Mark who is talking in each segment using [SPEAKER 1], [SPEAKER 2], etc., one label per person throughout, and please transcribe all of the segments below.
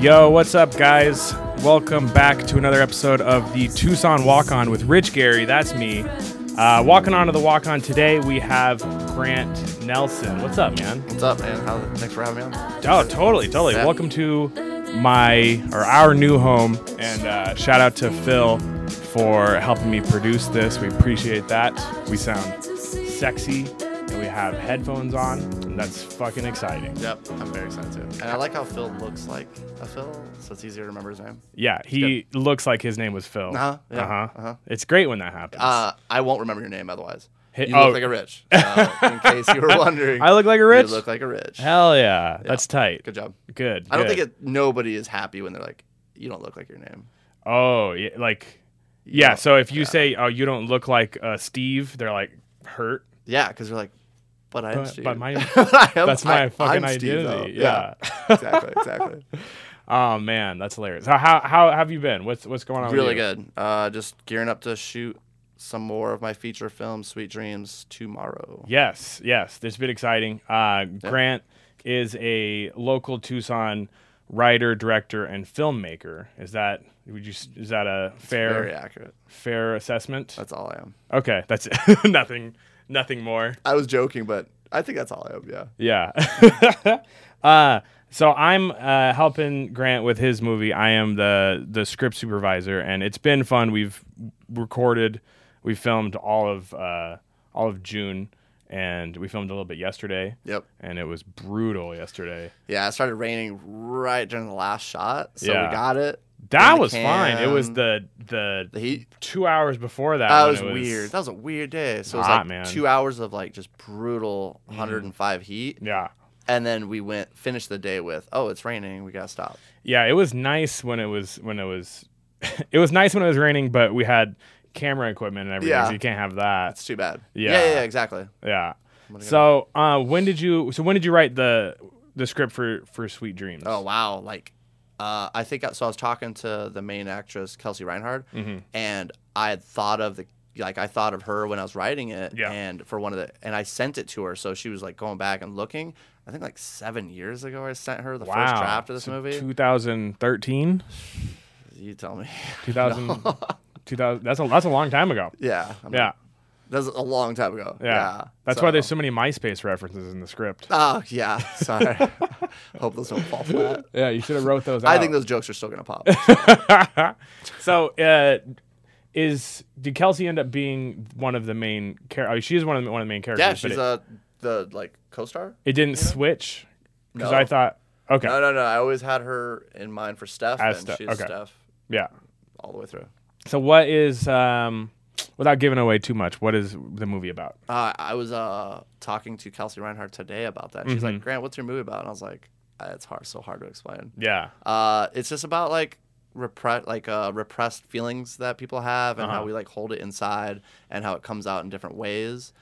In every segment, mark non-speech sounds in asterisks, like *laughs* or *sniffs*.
[SPEAKER 1] Yo, what's up, guys? Welcome back to another episode of the Tucson Walk On with Rich Gary. That's me. Uh, walking on to the walk on today, we have Grant Nelson. What's up, man?
[SPEAKER 2] What's up, man? How, thanks for having me on.
[SPEAKER 1] Oh, totally, totally.
[SPEAKER 2] Yeah.
[SPEAKER 1] Welcome to my or our new home, and uh, shout out to Phil for helping me produce this. We appreciate that. We sound sexy, and we have headphones on. And that's fucking exciting.
[SPEAKER 2] Yep, I'm very excited too. And I like how Phil looks like a Phil, so it's easier to remember his name.
[SPEAKER 1] Yeah, he looks like his name was Phil.
[SPEAKER 2] Uh-huh, yeah,
[SPEAKER 1] Uh-huh.
[SPEAKER 2] uh-huh.
[SPEAKER 1] It's great when that happens.
[SPEAKER 2] Uh, I won't remember your name otherwise.
[SPEAKER 1] Hey,
[SPEAKER 2] you
[SPEAKER 1] oh.
[SPEAKER 2] look like
[SPEAKER 1] *laughs*
[SPEAKER 2] a Rich. So, in case you were wondering,
[SPEAKER 1] I look like a Rich?
[SPEAKER 2] You look like a Rich.
[SPEAKER 1] Hell yeah, that's tight.
[SPEAKER 2] Good job.
[SPEAKER 1] Good.
[SPEAKER 2] I don't
[SPEAKER 1] good.
[SPEAKER 2] think it. Nobody is happy when they're like, "You don't look like your name."
[SPEAKER 1] Oh, yeah, like yeah.
[SPEAKER 2] don't-
[SPEAKER 1] so if you say, "Oh, you don't look like uh, Steve," they're like hurt.
[SPEAKER 2] Yeah, because they're like, "But I'm
[SPEAKER 1] But-
[SPEAKER 2] Steve."
[SPEAKER 1] but my-
[SPEAKER 2] *laughs* I am-
[SPEAKER 1] That's my
[SPEAKER 2] I-
[SPEAKER 1] fucking
[SPEAKER 2] I'm Steve,
[SPEAKER 1] identity.
[SPEAKER 2] though.
[SPEAKER 1] yeah.
[SPEAKER 2] *laughs* exactly. Exactly.
[SPEAKER 1] *laughs* oh man, that's hilarious. How, how how have you been? What's what's going on? with you?
[SPEAKER 2] really good. Uh, just gearing up to shoot some more of my feature film, Sweet Dreams, tomorrow.
[SPEAKER 1] Yes, yes. This has been exciting. Uh, Grant is a local Tucson writer, director, and filmmaker. Is that would you s- is that a fair
[SPEAKER 2] Very accurate.
[SPEAKER 1] fair assessment?
[SPEAKER 2] That's all I am.
[SPEAKER 1] okay, that's *laughs* it. nothing nothing more.
[SPEAKER 2] I was joking, but I think that's all I am. Yeah.
[SPEAKER 1] Yeah. *laughs* uh, so I'm uh, helping Grant with his movie. I am the the script supervisor, and it's been fun. We've recorded, we filmed all of uh, all of June, and we filmed a little bit yesterday.
[SPEAKER 2] Yep.
[SPEAKER 1] And it was brutal yesterday.
[SPEAKER 2] Yeah. It started raining right during the last shot, so
[SPEAKER 1] Yeah.
[SPEAKER 2] we got it.
[SPEAKER 1] That
[SPEAKER 2] in the
[SPEAKER 1] was fine. It was
[SPEAKER 2] can.
[SPEAKER 1] the the
[SPEAKER 2] the heat.
[SPEAKER 1] two hours before that.
[SPEAKER 2] That
[SPEAKER 1] when
[SPEAKER 2] was,
[SPEAKER 1] it
[SPEAKER 2] weird. That was a weird day. So it was
[SPEAKER 1] hot,
[SPEAKER 2] like
[SPEAKER 1] man. Mm.
[SPEAKER 2] two hours of like just brutal 105 heat,
[SPEAKER 1] Yeah.
[SPEAKER 2] and then we went finished the day with oh it's raining we gotta stop.
[SPEAKER 1] Yeah, it was nice when it was when it was *laughs* it was nice when it was raining, but we had camera equipment and everything,
[SPEAKER 2] Yeah.
[SPEAKER 1] so you can't have that.
[SPEAKER 2] It's too bad.
[SPEAKER 1] Yeah.
[SPEAKER 2] Yeah. Yeah. yeah exactly.
[SPEAKER 1] Yeah.
[SPEAKER 2] What are you
[SPEAKER 1] So uh, when did you so when did you write the the script for for Sweet Dreams?
[SPEAKER 2] Oh wow! Like, uh, I think I, so. I was talking to the main actress Kelsey Reinhard,
[SPEAKER 1] Mm-hmm.
[SPEAKER 2] and I had thought of the like I thought of her when I was writing it,
[SPEAKER 1] Yeah.
[SPEAKER 2] and for one of the and I sent it to her, so she was like going back and looking. I think like seven years ago, I sent her the first draft of this movie. *laughs*
[SPEAKER 1] 2013,
[SPEAKER 2] You tell me. *laughs*
[SPEAKER 1] 2000, 2000 that's a that's a long time ago.
[SPEAKER 2] yeah, I'm-
[SPEAKER 1] Yeah.
[SPEAKER 2] that's a long time ago.
[SPEAKER 1] Yeah.
[SPEAKER 2] Yeah,
[SPEAKER 1] That's why there's so many MySpace references in the script.
[SPEAKER 2] *laughs* Oh yeah, sorry. *laughs* Hope those don't fall
[SPEAKER 1] *laughs*
[SPEAKER 2] flat.
[SPEAKER 1] Yeah, you should have wrote those out.
[SPEAKER 2] *laughs* I think those jokes are still
[SPEAKER 1] *laughs*
[SPEAKER 2] gonna pop.
[SPEAKER 1] so uh, is did Kelsey end up being one of the main characters? Oh, she is one of the, one of the main characters.
[SPEAKER 2] yeah,
[SPEAKER 1] but
[SPEAKER 2] she's
[SPEAKER 1] it,
[SPEAKER 2] uh the like co-star.
[SPEAKER 1] it didn't switch because
[SPEAKER 2] No.
[SPEAKER 1] I thought okay,
[SPEAKER 2] No, no, no. I always had her in mind for Steph,
[SPEAKER 1] As
[SPEAKER 2] and
[SPEAKER 1] Steph,
[SPEAKER 2] she's
[SPEAKER 1] okay.
[SPEAKER 2] Steph
[SPEAKER 1] yeah.
[SPEAKER 2] all the way through.
[SPEAKER 1] So what is um without giving away too much, what is the movie about?
[SPEAKER 2] Uh, I was uh, talking to Kelsey Reinhardt today about that. She's like, "Grant, what's your movie about?" And I was like, "Uh, "It's hard, so hard to explain.
[SPEAKER 1] Mm-hmm. Yeah.
[SPEAKER 2] Uh, it's just about like repress, like uh, repressed feelings that people have, and
[SPEAKER 1] Uh-huh.
[SPEAKER 2] how we like hold it inside, and how it comes out in different ways."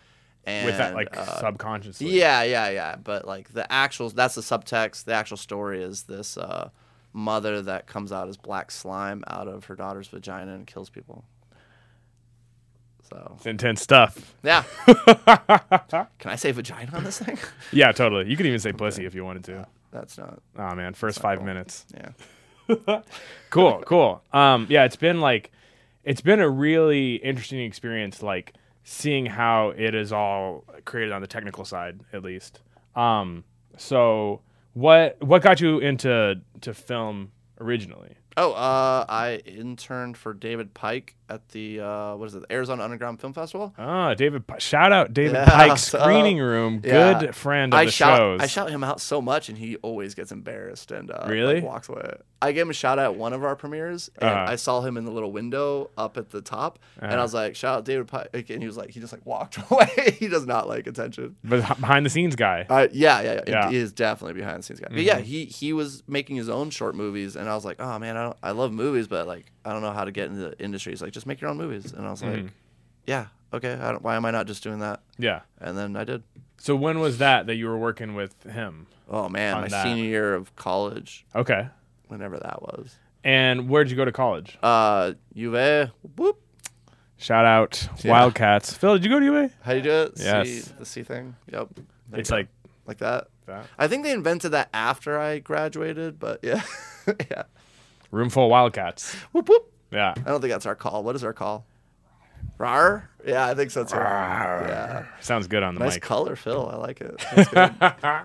[SPEAKER 2] And
[SPEAKER 1] With that like
[SPEAKER 2] uh,
[SPEAKER 1] subconsciously.
[SPEAKER 2] Yeah, yeah, yeah. But like the actual, that's the subtext. The actual story is this uh, mother that comes out as black slime out of her daughter's vagina and kills people. So
[SPEAKER 1] It's intense stuff.
[SPEAKER 2] yeah, can I say vagina on this thing? *laughs*
[SPEAKER 1] Yeah, totally. You could even say pussy if you wanted to.
[SPEAKER 2] that's not.
[SPEAKER 1] Oh man, first five minutes.
[SPEAKER 2] Yeah,
[SPEAKER 1] *laughs* Cool, cool. Um yeah, it's been like it's been a really interesting experience, like seeing how it is all created on the technical side, at least. Um so what what got you into to film originally?
[SPEAKER 2] Oh, uh, I interned for David Pike at the uh, what is it, the Arizona Underground Film Festival.
[SPEAKER 1] Ah, David. P- shout out David
[SPEAKER 2] Yeah,
[SPEAKER 1] Pike's
[SPEAKER 2] *laughs* so-
[SPEAKER 1] screening room.
[SPEAKER 2] yeah.
[SPEAKER 1] Good friend of
[SPEAKER 2] I
[SPEAKER 1] the
[SPEAKER 2] shout
[SPEAKER 1] shows.
[SPEAKER 2] I shout him out so much, and he always gets embarrassed and uh, like,
[SPEAKER 1] Really?
[SPEAKER 2] walks away. I gave him a shout out at one of our premieres, and
[SPEAKER 1] Uh-huh.
[SPEAKER 2] I saw him in the little window up at the top, and
[SPEAKER 1] Uh-huh.
[SPEAKER 2] I was like, "Shout out David Pike," and he was like, he just like walked *laughs* away. he does not like attention.
[SPEAKER 1] but h- behind the scenes guy.
[SPEAKER 2] Uh, yeah, yeah, yeah.
[SPEAKER 1] Yeah. Mm-hmm.
[SPEAKER 2] He is definitely behind the scenes guy. But yeah, he he was making his own short movies, and I was like, oh man, I, don't, I love movies, but like I don't know how to get into the industry. He's like, just make your own movies, and I was
[SPEAKER 1] Mm-hmm.
[SPEAKER 2] like, yeah, okay. I don't, why am I not just doing that?
[SPEAKER 1] yeah.
[SPEAKER 2] And then I did.
[SPEAKER 1] So when was that that you were working with him?
[SPEAKER 2] Oh man,
[SPEAKER 1] On
[SPEAKER 2] my
[SPEAKER 1] that.
[SPEAKER 2] senior year of college,
[SPEAKER 1] Okay.
[SPEAKER 2] whenever that was.
[SPEAKER 1] And where'd you go to college?
[SPEAKER 2] Uh, Juve, whoop.
[SPEAKER 1] Shout out Wildcats. Phil, did you go to UA?
[SPEAKER 2] How do you do it?
[SPEAKER 1] Yes.
[SPEAKER 2] C, the C thing. Yep. There
[SPEAKER 1] It's
[SPEAKER 2] you go.
[SPEAKER 1] like
[SPEAKER 2] like that.
[SPEAKER 1] that.
[SPEAKER 2] I think they invented that after I graduated, but *laughs* yeah. yeah.
[SPEAKER 1] Room full of wildcats.
[SPEAKER 2] Whoop whoop.
[SPEAKER 1] Yeah.
[SPEAKER 2] I don't think that's our call. What is our call? Rar? Yeah, I think so too. Yeah.
[SPEAKER 1] Sounds good on the
[SPEAKER 2] Nice
[SPEAKER 1] mic.
[SPEAKER 2] color, Phil. I like it. That's good.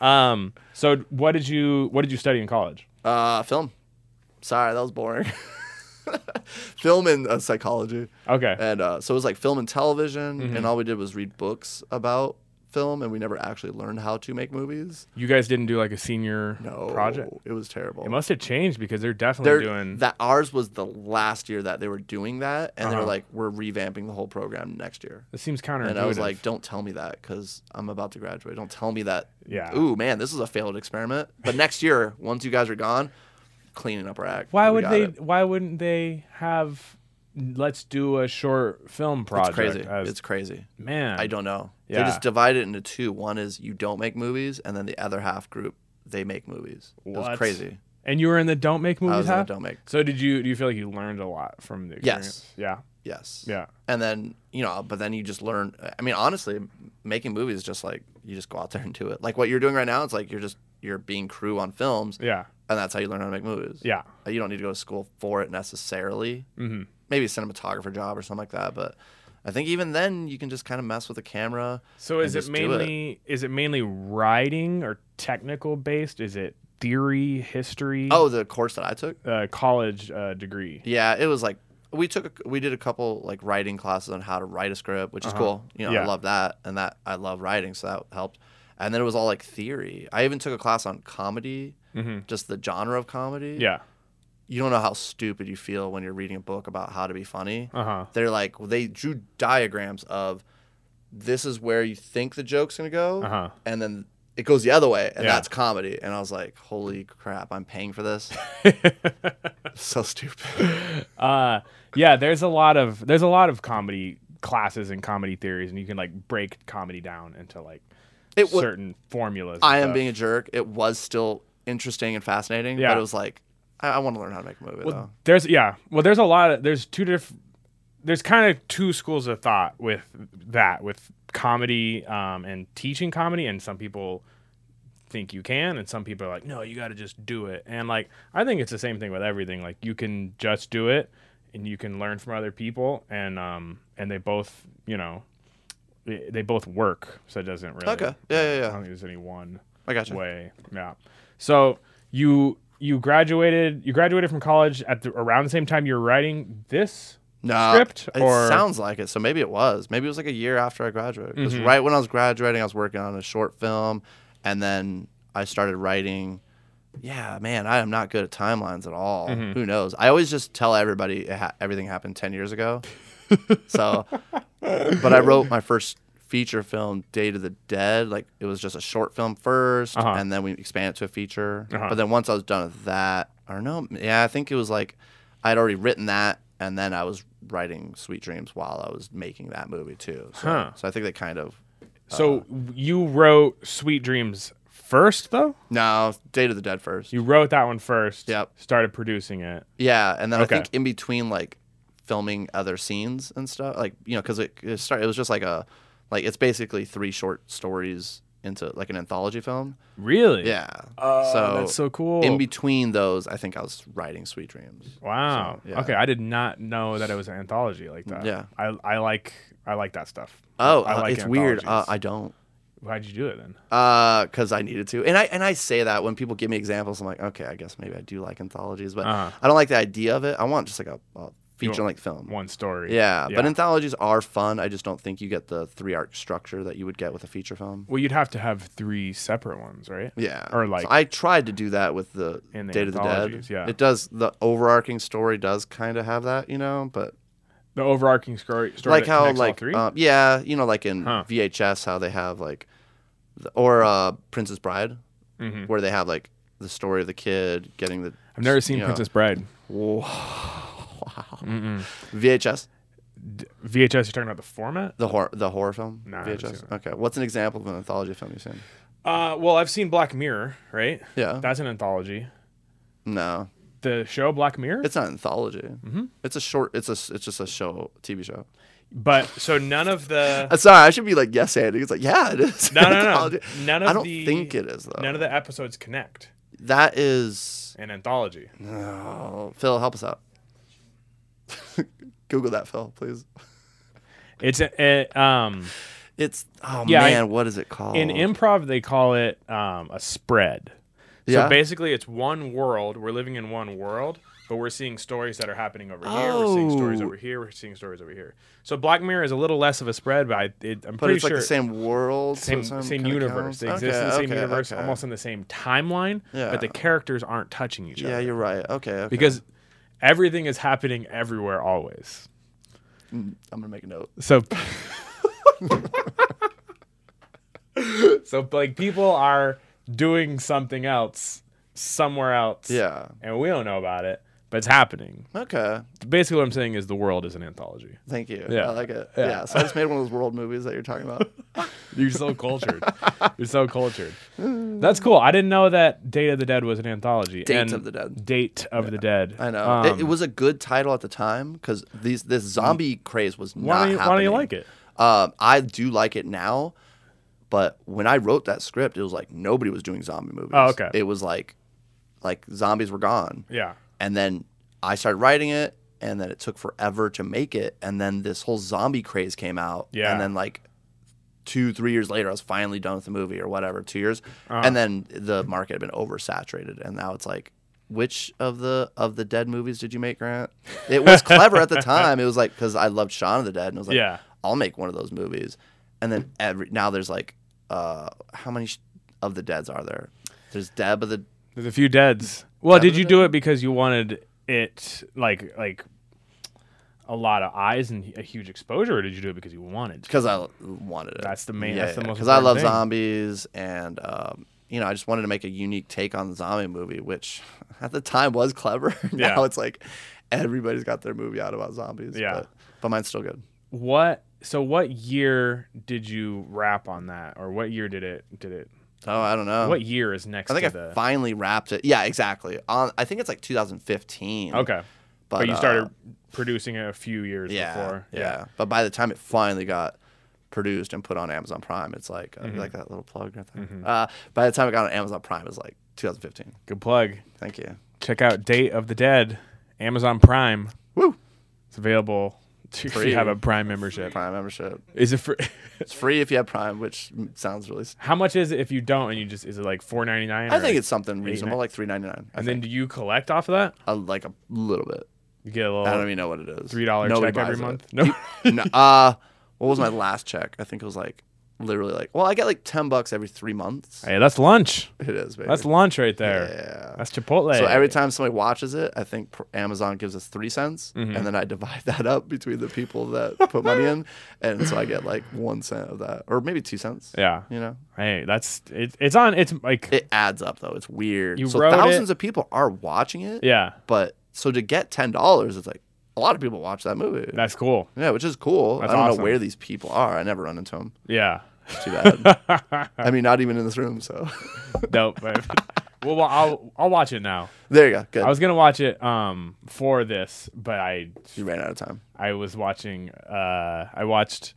[SPEAKER 1] Um, so what did you what did you study in college?
[SPEAKER 2] *laughs* uh, film. Sorry, that was boring. *laughs* film and uh, psychology.
[SPEAKER 1] Okay.
[SPEAKER 2] And uh, so it was like film and television,
[SPEAKER 1] Mm-hmm.
[SPEAKER 2] and all we did was read books about film, and we never actually learned how to make movies.
[SPEAKER 1] you guys didn't do like a senior
[SPEAKER 2] No,
[SPEAKER 1] project.
[SPEAKER 2] It was terrible.
[SPEAKER 1] It must have changed because they're definitely
[SPEAKER 2] They're-
[SPEAKER 1] doing
[SPEAKER 2] that ours was the last year that they were doing that, and they were
[SPEAKER 1] Uh-huh.
[SPEAKER 2] like, "We're revamping the whole program next year."
[SPEAKER 1] It seems counterintuitive.
[SPEAKER 2] And I was like, "Don't tell me that, because I'm about to graduate. Don't tell me that."
[SPEAKER 1] Yeah.
[SPEAKER 2] Ooh, man, this is a failed experiment. But next year, once you guys are gone, cleaning up our act.
[SPEAKER 1] why
[SPEAKER 2] We
[SPEAKER 1] would
[SPEAKER 2] got
[SPEAKER 1] they?
[SPEAKER 2] it.
[SPEAKER 1] Why wouldn't they have? Let's do a short film
[SPEAKER 2] It's
[SPEAKER 1] project.
[SPEAKER 2] crazy.
[SPEAKER 1] as-
[SPEAKER 2] It's crazy.
[SPEAKER 1] man,
[SPEAKER 2] I don't know. They
[SPEAKER 1] Yeah.
[SPEAKER 2] just divide it into two. One is you don't make movies, and then the other half group they make movies. It
[SPEAKER 1] What?
[SPEAKER 2] was crazy.
[SPEAKER 1] And you were in the don't make movies
[SPEAKER 2] I was in the
[SPEAKER 1] half?
[SPEAKER 2] don't make.
[SPEAKER 1] So did you? Do you feel like you learned a lot from the experience? Yeah.
[SPEAKER 2] Yes.
[SPEAKER 1] Yeah.
[SPEAKER 2] And then you know, but then you just learn. I mean, honestly, making movies is just like you just go out there and do it. Like what you're doing right now, it's like you're just you're being crew on films,
[SPEAKER 1] Yeah.
[SPEAKER 2] and that's how you learn how to make movies.
[SPEAKER 1] Yeah.
[SPEAKER 2] You don't need to go to school for it necessarily.
[SPEAKER 1] Mhm.
[SPEAKER 2] Maybe a cinematographer job or something like that, but. I think even then you can just kind of mess with the camera.
[SPEAKER 1] So
[SPEAKER 2] and
[SPEAKER 1] is it
[SPEAKER 2] just do
[SPEAKER 1] mainly is it mainly writing or technical based? Is it theory, history?
[SPEAKER 2] Oh, the course that I took.
[SPEAKER 1] uh, college uh, degree.
[SPEAKER 2] Yeah, it was like we took a, we did a couple like writing classes on how to write a script, which is cool. You know,
[SPEAKER 1] Uh-huh. Yeah.
[SPEAKER 2] I love that, and that I love writing, so that helped. And then it was all like theory. I even took a class on comedy,
[SPEAKER 1] Mhm.
[SPEAKER 2] just the genre of comedy.
[SPEAKER 1] Yeah.
[SPEAKER 2] you don't know how stupid you feel when you're reading a book about how to be funny.
[SPEAKER 1] Uh huh.
[SPEAKER 2] They're like well, they drew diagrams of this is where you think the joke's gonna go,
[SPEAKER 1] Uh huh.
[SPEAKER 2] and then it goes the other way, and
[SPEAKER 1] Yeah.
[SPEAKER 2] that's comedy. And I was like, holy crap, I'm paying for
[SPEAKER 1] *laughs*
[SPEAKER 2] this. so stupid.
[SPEAKER 1] uh yeah there's a lot of there's a lot of comedy classes and comedy theories and you can like break comedy down into like
[SPEAKER 2] It was
[SPEAKER 1] certain formulas and
[SPEAKER 2] I am
[SPEAKER 1] stuff.
[SPEAKER 2] being a jerk. It was still interesting and fascinating,
[SPEAKER 1] Yeah.
[SPEAKER 2] but it was like I, I want to learn how to make a movie
[SPEAKER 1] well,
[SPEAKER 2] though.
[SPEAKER 1] there's yeah well there's a lot of there's two different there's kind of two schools of thought with that with comedy um and teaching comedy and some people think you can and some people are like no you got to just do it and like i think it's the same thing with everything like you can just do it and you can learn from other people and um and they both you know they they both work so it doesn't really
[SPEAKER 2] Okay. Yeah, yeah, yeah.
[SPEAKER 1] i don't think there's any one
[SPEAKER 2] I gotcha.
[SPEAKER 1] way yeah so you you graduated you graduated from college at the, around the same time you're writing this
[SPEAKER 2] No,
[SPEAKER 1] Script,
[SPEAKER 2] it
[SPEAKER 1] or-
[SPEAKER 2] sounds like it. So maybe it was. Maybe it was like a year after I graduated. Because
[SPEAKER 1] Mm-hmm.
[SPEAKER 2] right when I was graduating, I was working on a short film, and then I started writing. Yeah, man, I am not good at timelines at all.
[SPEAKER 1] Mm-hmm.
[SPEAKER 2] Who knows? I always just tell everybody it ha- everything happened ten years ago.
[SPEAKER 1] *laughs*
[SPEAKER 2] so, but I wrote my first feature film, Day to the Dead. Like it was just a short film 1st
[SPEAKER 1] Uh-huh.
[SPEAKER 2] and then we expanded to a feature.
[SPEAKER 1] Uh-huh.
[SPEAKER 2] But then once I was done with that, I don't know. Yeah, I think it was like I'd already written that, and then I was writing Sweet Dreams while I was making that movie too. So,
[SPEAKER 1] Huh.
[SPEAKER 2] so I think they kind of
[SPEAKER 1] so
[SPEAKER 2] Uh-huh.
[SPEAKER 1] you wrote sweet dreams first though
[SPEAKER 2] no Day to the Dead first.
[SPEAKER 1] you wrote that one first
[SPEAKER 2] Yep.
[SPEAKER 1] started producing it
[SPEAKER 2] Yeah, and then
[SPEAKER 1] Okay.
[SPEAKER 2] I think in between like filming other scenes and stuff, like you know, because it, it started. It was just like a like it's basically three short stories into like an anthology film.
[SPEAKER 1] really
[SPEAKER 2] Yeah.
[SPEAKER 1] Oh,
[SPEAKER 2] so
[SPEAKER 1] that's so cool.
[SPEAKER 2] in between those, I think I was writing Sweet Dreams.
[SPEAKER 1] wow.
[SPEAKER 2] So, yeah.
[SPEAKER 1] Okay, I did not know that it was an anthology like that.
[SPEAKER 2] Yeah.
[SPEAKER 1] I, I like I like that stuff.
[SPEAKER 2] Oh,
[SPEAKER 1] I
[SPEAKER 2] uh,
[SPEAKER 1] like
[SPEAKER 2] it's weird. Uh,
[SPEAKER 1] anthologies.
[SPEAKER 2] I don't.
[SPEAKER 1] Why'd you do it then?
[SPEAKER 2] because I needed to, and I and I say that when people give me examples, I'm like, okay, I guess maybe I do like anthologies, but
[SPEAKER 1] Uh-huh.
[SPEAKER 2] I don't like the idea of it. I want just like a, a feature length film.
[SPEAKER 1] One story.
[SPEAKER 2] Yeah,
[SPEAKER 1] Yeah.
[SPEAKER 2] but anthologies are fun. I just don't think you get the three arc structure that you would get with a feature film.
[SPEAKER 1] Well, you'd have to have three separate ones, right?
[SPEAKER 2] Yeah,
[SPEAKER 1] Or, like-
[SPEAKER 2] So I tried to do that with the,
[SPEAKER 1] In the
[SPEAKER 2] Day of the Dead.
[SPEAKER 1] anthologies, yeah.
[SPEAKER 2] it does. The overarching story does kind of have that, you know, but
[SPEAKER 1] The overarching story. story
[SPEAKER 2] like
[SPEAKER 1] that
[SPEAKER 2] how
[SPEAKER 1] connects all
[SPEAKER 2] like
[SPEAKER 1] three.
[SPEAKER 2] um, yeah, you know, like in
[SPEAKER 1] Huh.
[SPEAKER 2] VHS, how they have like, the, or uh, Princess Bride,
[SPEAKER 1] Mhm.
[SPEAKER 2] where they have like the story of the kid getting the.
[SPEAKER 1] I've never seen
[SPEAKER 2] you know,
[SPEAKER 1] Princess Bride.
[SPEAKER 2] VHS,
[SPEAKER 1] VHS. You're talking about the format.
[SPEAKER 2] the horror, the horror film.
[SPEAKER 1] Nah, I haven't seen
[SPEAKER 2] VHS. Okay, what's an example of an anthology film you've seen?
[SPEAKER 1] Uh, well, I've seen Black Mirror, right?
[SPEAKER 2] Yeah.
[SPEAKER 1] That's an anthology.
[SPEAKER 2] no,
[SPEAKER 1] The show Black Mirror.
[SPEAKER 2] It's not an anthology.
[SPEAKER 1] Mm-hmm.
[SPEAKER 2] It's a short. It's a. It's just a show, TV show.
[SPEAKER 1] but so none of the
[SPEAKER 2] Uh, sorry, I should be like yes, Andy. It's like yeah, it is.
[SPEAKER 1] No,
[SPEAKER 2] an
[SPEAKER 1] no, no.
[SPEAKER 2] anthology.
[SPEAKER 1] None of
[SPEAKER 2] I don't
[SPEAKER 1] the-
[SPEAKER 2] think it is though.
[SPEAKER 1] none of the episodes connect.
[SPEAKER 2] that is
[SPEAKER 1] an anthology.
[SPEAKER 2] oh, Phil, help us out. *laughs* Google that, Phil, please.
[SPEAKER 1] It's a, it, um
[SPEAKER 2] It's oh
[SPEAKER 1] Yeah, I-
[SPEAKER 2] man, what is it called?
[SPEAKER 1] in improv they call it um a spread.
[SPEAKER 2] Yeah.
[SPEAKER 1] So basically, it's one world. We're living in one world, but we're seeing stories that are happening over here. We're seeing stories
[SPEAKER 2] Oh.
[SPEAKER 1] over here. We're seeing stories over here. So Black Mirror is a little less of a spread, but I, it, I'm
[SPEAKER 2] but
[SPEAKER 1] pretty
[SPEAKER 2] it's like
[SPEAKER 1] sure
[SPEAKER 2] the same world,
[SPEAKER 1] same,
[SPEAKER 2] so it
[SPEAKER 1] same,
[SPEAKER 2] kinda counts.
[SPEAKER 1] universe. They exist
[SPEAKER 2] Okay,
[SPEAKER 1] in the same
[SPEAKER 2] okay,
[SPEAKER 1] universe,
[SPEAKER 2] okay.
[SPEAKER 1] almost in the same timeline,
[SPEAKER 2] Yeah.
[SPEAKER 1] but the characters aren't touching each
[SPEAKER 2] Yeah,
[SPEAKER 1] other
[SPEAKER 2] you're right. Okay, okay.
[SPEAKER 1] because everything is happening everywhere always.
[SPEAKER 2] I'm gonna make a note. *laughs*
[SPEAKER 1] So *laughs* So like people are doing something else somewhere else.
[SPEAKER 2] Yeah.
[SPEAKER 1] And we don't know about it, but it's happening.
[SPEAKER 2] Okay.
[SPEAKER 1] Basically what I'm saying is the world is an anthology.
[SPEAKER 2] Thank you.
[SPEAKER 1] Yeah.
[SPEAKER 2] I like it.
[SPEAKER 1] Yeah.
[SPEAKER 2] Yeah. So I just made one of those world movies that you're talking
[SPEAKER 1] *laughs*
[SPEAKER 2] about.
[SPEAKER 1] You're so cultured. You're so cultured. That's cool. I didn't know that Date of the Dead was an anthology.
[SPEAKER 2] Date
[SPEAKER 1] And
[SPEAKER 2] of the Dead.
[SPEAKER 1] Date of the Dead.
[SPEAKER 2] I know.
[SPEAKER 1] Um,
[SPEAKER 2] it, it was a good title at the time because these this zombie craze was not
[SPEAKER 1] why, don't you, why
[SPEAKER 2] happening.
[SPEAKER 1] don't you like it?
[SPEAKER 2] Um, I do like it now, but when I wrote that script, it was like nobody was doing zombie movies.
[SPEAKER 1] Oh, okay.
[SPEAKER 2] It was like, like zombies were gone.
[SPEAKER 1] Yeah.
[SPEAKER 2] And then I started writing it, and then it took forever to make it. And then this whole zombie craze came out.
[SPEAKER 1] Yeah.
[SPEAKER 2] And then like two, three years later, I was finally done with the movie or whatever, two years.
[SPEAKER 1] Uh-huh.
[SPEAKER 2] And then the market had been oversaturated, and now it's like. Which of the of the dead movies did you make, Grant? It was clever at the
[SPEAKER 1] *laughs*
[SPEAKER 2] time. It was like because I loved Shaun of the Dead, and it was like,
[SPEAKER 1] Yeah.
[SPEAKER 2] I'll make one of those movies. And then every now there's like, uh, how many sh- of the deads are there? There's Deb of the
[SPEAKER 1] There's a few deads. Well,
[SPEAKER 2] Dead of
[SPEAKER 1] did
[SPEAKER 2] the
[SPEAKER 1] you do it because you wanted it like like a lot of eyes and a huge exposure, or did you do it because you wanted? to?
[SPEAKER 2] because I wanted it.
[SPEAKER 1] That's the main- that's the most
[SPEAKER 2] Because I love
[SPEAKER 1] important thing.
[SPEAKER 2] zombies, and um, you know, I just wanted to make a unique take on the zombie movie, which at the time was clever. *laughs* now
[SPEAKER 1] Yeah.
[SPEAKER 2] it's like everybody's got their movie out about zombies.
[SPEAKER 1] Yeah.
[SPEAKER 2] but, but mine's still good.
[SPEAKER 1] What? So what year did you wrap on that, or what year did it did it?
[SPEAKER 2] Oh, I don't know.
[SPEAKER 1] what year is next?
[SPEAKER 2] I think
[SPEAKER 1] to
[SPEAKER 2] I
[SPEAKER 1] the,
[SPEAKER 2] finally wrapped it. Yeah, exactly. On I think it's like 2015.
[SPEAKER 1] okay,
[SPEAKER 2] but,
[SPEAKER 1] but you
[SPEAKER 2] uh,
[SPEAKER 1] started producing it a few years
[SPEAKER 2] yeah,
[SPEAKER 1] before.
[SPEAKER 2] Yeah. But by the time it finally got produced and put on Amazon Prime, it's like
[SPEAKER 1] Mm-hmm.
[SPEAKER 2] uh, like that little plug right there. Uh, by the time it got on Amazon Prime, it's like 2015.
[SPEAKER 1] Good plug.
[SPEAKER 2] Thank you.
[SPEAKER 1] Check out Date of the Dead, Amazon Prime.
[SPEAKER 2] Woo!
[SPEAKER 1] It's available. To, if
[SPEAKER 2] Free.
[SPEAKER 1] you have a Prime membership.
[SPEAKER 2] Prime membership.
[SPEAKER 1] Is it free?
[SPEAKER 2] It's free if you have Prime, which m- sounds really. s-
[SPEAKER 1] *laughs* How much is it if you don't and you just is it like four ninety nine?
[SPEAKER 2] I think it's something reasonable, like three ninety nine.
[SPEAKER 1] And then do you collect off of that?
[SPEAKER 2] uh, like a little bit.
[SPEAKER 1] You get a
[SPEAKER 2] I don't
[SPEAKER 1] little
[SPEAKER 2] even know what it is.
[SPEAKER 1] Oh, three dollar
[SPEAKER 2] Nobody
[SPEAKER 1] check every
[SPEAKER 2] buys it.
[SPEAKER 1] month. *laughs* No,
[SPEAKER 2] *laughs* no, uh, what was my last check? I think it was like literally like. Well, I get like ten bucks every three months.
[SPEAKER 1] hey, that's lunch.
[SPEAKER 2] It is, baby.
[SPEAKER 1] That's lunch right there.
[SPEAKER 2] yeah.
[SPEAKER 1] That's Chipotle.
[SPEAKER 2] So every time somebody watches it, I think pr- Amazon gives us three cents,
[SPEAKER 1] Mm-hmm.
[SPEAKER 2] and then I divide *laughs* that up between the people that put money in, and so I get like one cent of that, or maybe two cents.
[SPEAKER 1] Yeah.
[SPEAKER 2] you know,
[SPEAKER 1] Hey, that's it, it's on. It's like
[SPEAKER 2] it adds up though. It's weird.
[SPEAKER 1] You
[SPEAKER 2] so
[SPEAKER 1] wrote
[SPEAKER 2] thousands
[SPEAKER 1] it-
[SPEAKER 2] of people are watching it.
[SPEAKER 1] yeah,
[SPEAKER 2] but so to get ten dollars, it's like a lot of people watch that movie.
[SPEAKER 1] that's cool.
[SPEAKER 2] yeah, which is cool. I
[SPEAKER 1] That's
[SPEAKER 2] don't
[SPEAKER 1] awesome.
[SPEAKER 2] know where these people are. I never run into them.
[SPEAKER 1] Yeah.
[SPEAKER 2] Too bad. I mean, not even in this room. So *laughs*
[SPEAKER 1] Dope. well, *laughs* well, I'll I'll watch it now.
[SPEAKER 2] there you go. Good.
[SPEAKER 1] I was gonna watch it um for this, but I
[SPEAKER 2] you ran out of time.
[SPEAKER 1] I was watching uh I watched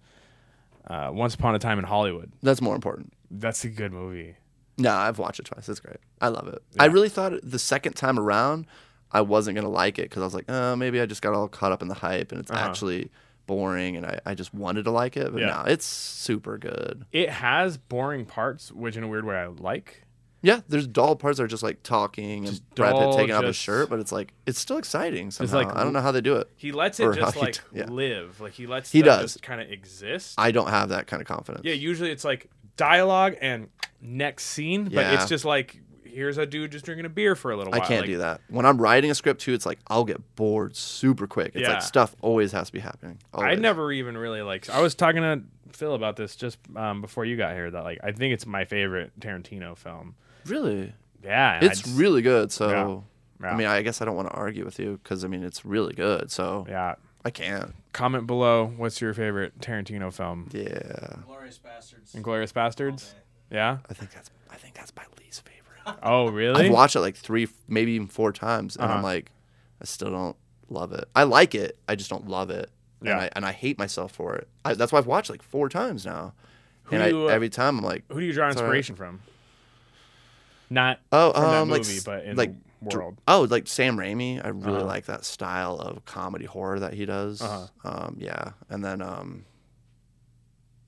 [SPEAKER 1] uh Once Upon a Time in Hollywood.
[SPEAKER 2] That's more important.
[SPEAKER 1] That's a good movie.
[SPEAKER 2] No, I've watched it twice. It's great. I love it. I really thought it- the second time around I wasn't gonna like it because I was like, oh, maybe I just got all caught up in the hype and it's
[SPEAKER 1] Uh-huh.
[SPEAKER 2] actually boring and I, I just wanted to like it. But
[SPEAKER 1] Yeah.
[SPEAKER 2] no, it's super good.
[SPEAKER 1] It has boring parts, which in a weird way I like.
[SPEAKER 2] Yeah, there's dull parts that are just like talking and Brad Pitt
[SPEAKER 1] dull,
[SPEAKER 2] taking off his
[SPEAKER 1] just-
[SPEAKER 2] shirt, but it's like it's still exciting somehow.
[SPEAKER 1] like-
[SPEAKER 2] I don't know how they do it.
[SPEAKER 1] He lets it
[SPEAKER 2] Or
[SPEAKER 1] just
[SPEAKER 2] how he
[SPEAKER 1] like
[SPEAKER 2] d- yeah.
[SPEAKER 1] live. Like he lets
[SPEAKER 2] He
[SPEAKER 1] them
[SPEAKER 2] does.
[SPEAKER 1] just kind of exist.
[SPEAKER 2] I don't have that kind of confidence.
[SPEAKER 1] yeah, usually it's like dialogue and next scene, but
[SPEAKER 2] Yeah.
[SPEAKER 1] it's just like here's a dude just drinking a beer for a little
[SPEAKER 2] I
[SPEAKER 1] while.
[SPEAKER 2] can't
[SPEAKER 1] like,
[SPEAKER 2] do that. When I'm writing a script too, it's like I'll get bored super quick. It's
[SPEAKER 1] Yeah.
[SPEAKER 2] like stuff always has to be happening.
[SPEAKER 1] I
[SPEAKER 2] Always.
[SPEAKER 1] never even really like. I was talking to Phil about this just um, before you got here. That like I think it's my favorite Tarantino film.
[SPEAKER 2] really.
[SPEAKER 1] Yeah, and I
[SPEAKER 2] It's
[SPEAKER 1] just-
[SPEAKER 2] really good. So,
[SPEAKER 1] Yeah. Yeah.
[SPEAKER 2] I mean, I guess I don't want to argue with you because I mean, it's really good. So
[SPEAKER 1] yeah.
[SPEAKER 2] I can't.
[SPEAKER 1] Comment below what's your favorite Tarantino film?
[SPEAKER 2] Yeah,
[SPEAKER 3] Glorious Bastards.
[SPEAKER 1] Inglorious Bastards. Yeah.
[SPEAKER 2] I think that's I think that's my least favorite.
[SPEAKER 1] Oh really?
[SPEAKER 2] I've watched it like three, maybe even four times, and I'm
[SPEAKER 1] Uh-huh.
[SPEAKER 2] like, I still don't love it. I like it, I just don't love it.
[SPEAKER 1] Yeah.
[SPEAKER 2] And I and I hate myself for it. I, that's why I've watched it, like four times now.
[SPEAKER 1] Who
[SPEAKER 2] and I,
[SPEAKER 1] you, uh,
[SPEAKER 2] every time I'm like,
[SPEAKER 1] Who do you draw
[SPEAKER 2] It's all right.
[SPEAKER 1] inspiration from? Not
[SPEAKER 2] Oh,
[SPEAKER 1] from that
[SPEAKER 2] um, like
[SPEAKER 1] movie,
[SPEAKER 2] s-
[SPEAKER 1] but in
[SPEAKER 2] like
[SPEAKER 1] the
[SPEAKER 2] dr-
[SPEAKER 1] world.
[SPEAKER 2] Oh, like Sam Raimi. I really
[SPEAKER 1] Uh-huh.
[SPEAKER 2] like that style of comedy horror that he does.
[SPEAKER 1] Uh-huh.
[SPEAKER 2] Um, yeah, and then um,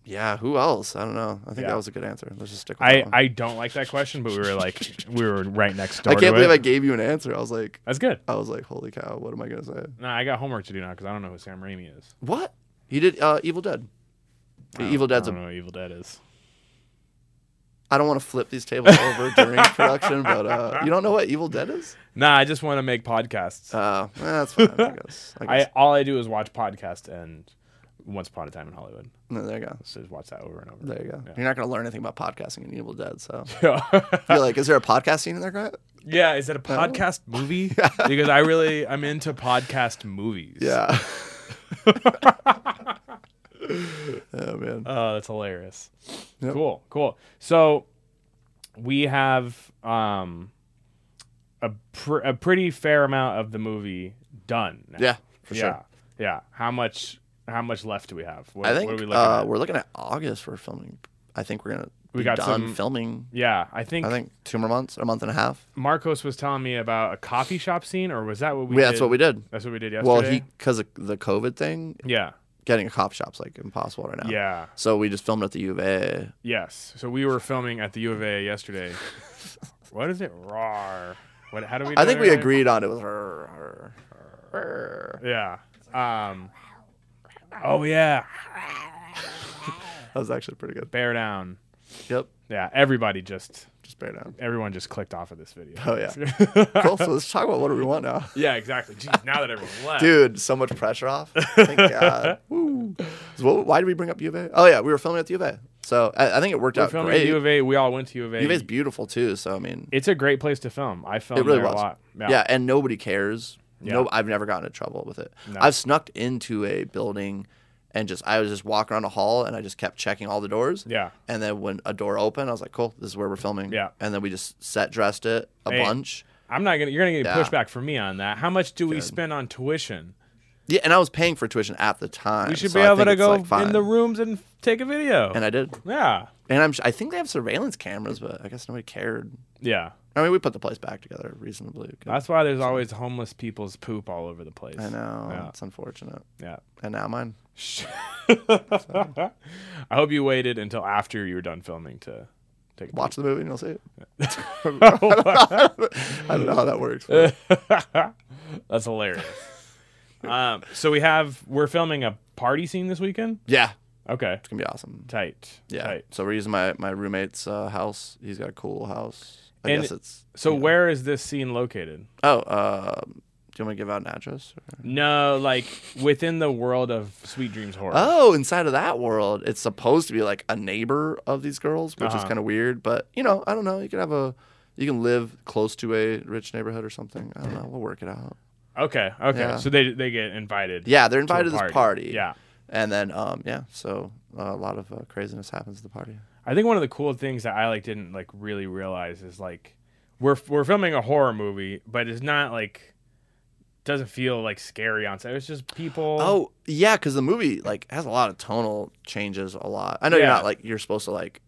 [SPEAKER 2] yeah, who else? I don't know. I think
[SPEAKER 1] Yeah.
[SPEAKER 2] that was a good answer. Let's just stick with
[SPEAKER 1] I,
[SPEAKER 2] that one.
[SPEAKER 1] I don't like that question, but we were like *laughs* we were right next door.
[SPEAKER 2] I can't
[SPEAKER 1] to
[SPEAKER 2] believe
[SPEAKER 1] it.
[SPEAKER 2] I gave you an answer. I was like,
[SPEAKER 1] That's good.
[SPEAKER 2] I was like, holy cow, what am I gonna say?
[SPEAKER 1] Nah, I got homework to do now because I don't know who Sam Raimi is.
[SPEAKER 2] What he did? Uh, Evil Dead.
[SPEAKER 1] I don't-
[SPEAKER 2] Evil Dead's
[SPEAKER 1] I
[SPEAKER 2] a
[SPEAKER 1] don't know who Evil Dead is.
[SPEAKER 2] I don't want to flip these tables over
[SPEAKER 1] *laughs*
[SPEAKER 2] during production, but uh, you don't know what Evil Dead is?
[SPEAKER 1] Nah, I just want to make podcasts.
[SPEAKER 2] Uh, eh, that's fine. I guess. I
[SPEAKER 1] *laughs* I
[SPEAKER 2] guess.
[SPEAKER 1] all I do is watch podcasts and Once Upon a Time in Hollywood.
[SPEAKER 2] no, there you go.
[SPEAKER 1] So just watch that over and over.
[SPEAKER 2] There you go.
[SPEAKER 1] Yeah.
[SPEAKER 2] You're not going to learn anything about podcasting in Evil Dead. So
[SPEAKER 1] Yeah. *laughs*
[SPEAKER 2] you're like, is there a podcast scene in there, Grant?
[SPEAKER 1] yeah, is it a podcast
[SPEAKER 2] *laughs*
[SPEAKER 1] movie? because I really I'm into podcast movies. *laughs*
[SPEAKER 2] Yeah. oh man.
[SPEAKER 1] Oh, that's hilarious.
[SPEAKER 2] Yep.
[SPEAKER 1] Cool, cool. So we have um a pr- a pretty fair amount of the movie done. now.
[SPEAKER 2] Yeah, for
[SPEAKER 1] yeah,
[SPEAKER 2] sure.
[SPEAKER 1] yeah. How much? How much left do we have? What,
[SPEAKER 2] I think
[SPEAKER 1] what are we
[SPEAKER 2] we
[SPEAKER 1] looking
[SPEAKER 2] uh,
[SPEAKER 1] at?
[SPEAKER 2] we're looking at August. We're filming. I think we're gonna
[SPEAKER 1] We
[SPEAKER 2] be
[SPEAKER 1] got
[SPEAKER 2] done
[SPEAKER 1] some-
[SPEAKER 2] filming.
[SPEAKER 1] Yeah, I think,
[SPEAKER 2] I think two more months, a month and a half.
[SPEAKER 1] Marcos was telling me about a coffee shop scene, or was that what we?
[SPEAKER 2] yeah,
[SPEAKER 1] did?
[SPEAKER 2] that's what we did.
[SPEAKER 1] That's what we did yesterday.
[SPEAKER 2] Well, he because of the COVID thing,
[SPEAKER 1] Yeah,
[SPEAKER 2] getting a cop shop's like impossible right now.
[SPEAKER 1] yeah,
[SPEAKER 2] So we just filmed at the U of A.
[SPEAKER 1] yes. So we were filming at the U of A
[SPEAKER 2] *laughs*
[SPEAKER 1] yesterday. what is it? Rar. What? How do we? Do
[SPEAKER 2] I think
[SPEAKER 1] it
[SPEAKER 2] we
[SPEAKER 1] again?
[SPEAKER 2] agreed on it was her. her- her.
[SPEAKER 1] Yeah. Um. Oh yeah.
[SPEAKER 2] That was actually pretty good.
[SPEAKER 1] Bear down.
[SPEAKER 2] Yep.
[SPEAKER 1] Yeah. Everybody just.
[SPEAKER 2] Just bear down.
[SPEAKER 1] Everyone just clicked off of this video.
[SPEAKER 2] *laughs*
[SPEAKER 1] *laughs*
[SPEAKER 2] Oh,
[SPEAKER 1] yeah.
[SPEAKER 2] Cool. So let's talk about what do we want now.
[SPEAKER 1] yeah. Exactly. Jeez. Now that everyone's left.
[SPEAKER 2] *laughs* Dude, so much pressure off.
[SPEAKER 1] *laughs*
[SPEAKER 2] Thank God. Woo. So what, why did we bring up U of A? Oh, yeah, we were filming at the U of A. So I, I think it worked
[SPEAKER 1] We're
[SPEAKER 2] out
[SPEAKER 1] filming
[SPEAKER 2] great.
[SPEAKER 1] at U of A. We all went to U of A.
[SPEAKER 2] U of A is beautiful, too. So, I mean,
[SPEAKER 1] it's a great place to film. I filmed
[SPEAKER 2] It really
[SPEAKER 1] there
[SPEAKER 2] was.
[SPEAKER 1] a lot. Yeah.
[SPEAKER 2] yeah. and nobody cares. No, I've never gotten in trouble with it.
[SPEAKER 1] No.
[SPEAKER 2] I've snuck into a building and just, I was just walking around a hall and I just kept checking all the doors.
[SPEAKER 1] Yeah.
[SPEAKER 2] And then when a door opened, I was like, cool, this is where we're filming.
[SPEAKER 1] Yeah.
[SPEAKER 2] And then we just set dressed it a
[SPEAKER 1] Hey.
[SPEAKER 2] bunch.
[SPEAKER 1] I'm not gonna. You're gonna get
[SPEAKER 2] Yeah.
[SPEAKER 1] pushback from me on that. How much do we spend on tuition?
[SPEAKER 2] Yeah, and I was paying for tuition at the time.
[SPEAKER 1] We should
[SPEAKER 2] so
[SPEAKER 1] be
[SPEAKER 2] I
[SPEAKER 1] able
[SPEAKER 2] think
[SPEAKER 1] to
[SPEAKER 2] it's,
[SPEAKER 1] go
[SPEAKER 2] like, fine.
[SPEAKER 1] in the rooms and take a video.
[SPEAKER 2] And I did.
[SPEAKER 1] yeah.
[SPEAKER 2] And I'm, I think they have surveillance cameras, but I guess nobody cared.
[SPEAKER 1] Yeah.
[SPEAKER 2] I mean, we put the place back together reasonably. good.
[SPEAKER 1] That's why there's always homeless people's poop all over the place.
[SPEAKER 2] I know
[SPEAKER 1] Yeah.
[SPEAKER 2] it's unfortunate,
[SPEAKER 1] Yeah.
[SPEAKER 2] and now mine.
[SPEAKER 1] I hope you waited until after you were done filming to take a
[SPEAKER 2] Watch the movie and you'll
[SPEAKER 1] *laughs*
[SPEAKER 2] see it.
[SPEAKER 1] Oh, picture.
[SPEAKER 2] *laughs* I don't know how that works. but-
[SPEAKER 1] That's hilarious. *laughs* Um, so we have we're filming a party scene this weekend.
[SPEAKER 2] yeah,
[SPEAKER 1] Okay,
[SPEAKER 2] it's gonna be awesome.
[SPEAKER 1] tight.
[SPEAKER 2] Yeah,
[SPEAKER 1] tight.
[SPEAKER 2] so we're using my my roommate's uh, house. He's got a cool house. I
[SPEAKER 1] And-
[SPEAKER 2] guess it's
[SPEAKER 1] So where is this scene located?
[SPEAKER 2] oh. Uh, do you want me to give out an address? or-
[SPEAKER 1] No, like within the world of Sweet Dreams horror.
[SPEAKER 2] Oh, inside of that world, it's supposed to be like a neighbor of these girls, which is
[SPEAKER 1] Uh-huh.
[SPEAKER 2] kind of weird. But you know, I don't know. You can have a, you can live close to a rich neighborhood or something. I don't know. We'll work it out.
[SPEAKER 1] okay, okay.
[SPEAKER 2] yeah.
[SPEAKER 1] So they they get invited.
[SPEAKER 2] Yeah,
[SPEAKER 1] to a
[SPEAKER 2] they're invited to this party.
[SPEAKER 1] Yeah,
[SPEAKER 2] And then, um, yeah, so uh, a lot of uh, craziness happens at the party.
[SPEAKER 1] I think one of the cool things that I like didn't like really realize is like we're we're filming a horror movie, but it's not like doesn't feel like scary on set. It's just people.
[SPEAKER 2] Oh, yeah, because the movie like has a lot of tonal changes. A lot. I know you're
[SPEAKER 1] Yeah.
[SPEAKER 2] not like you're supposed to like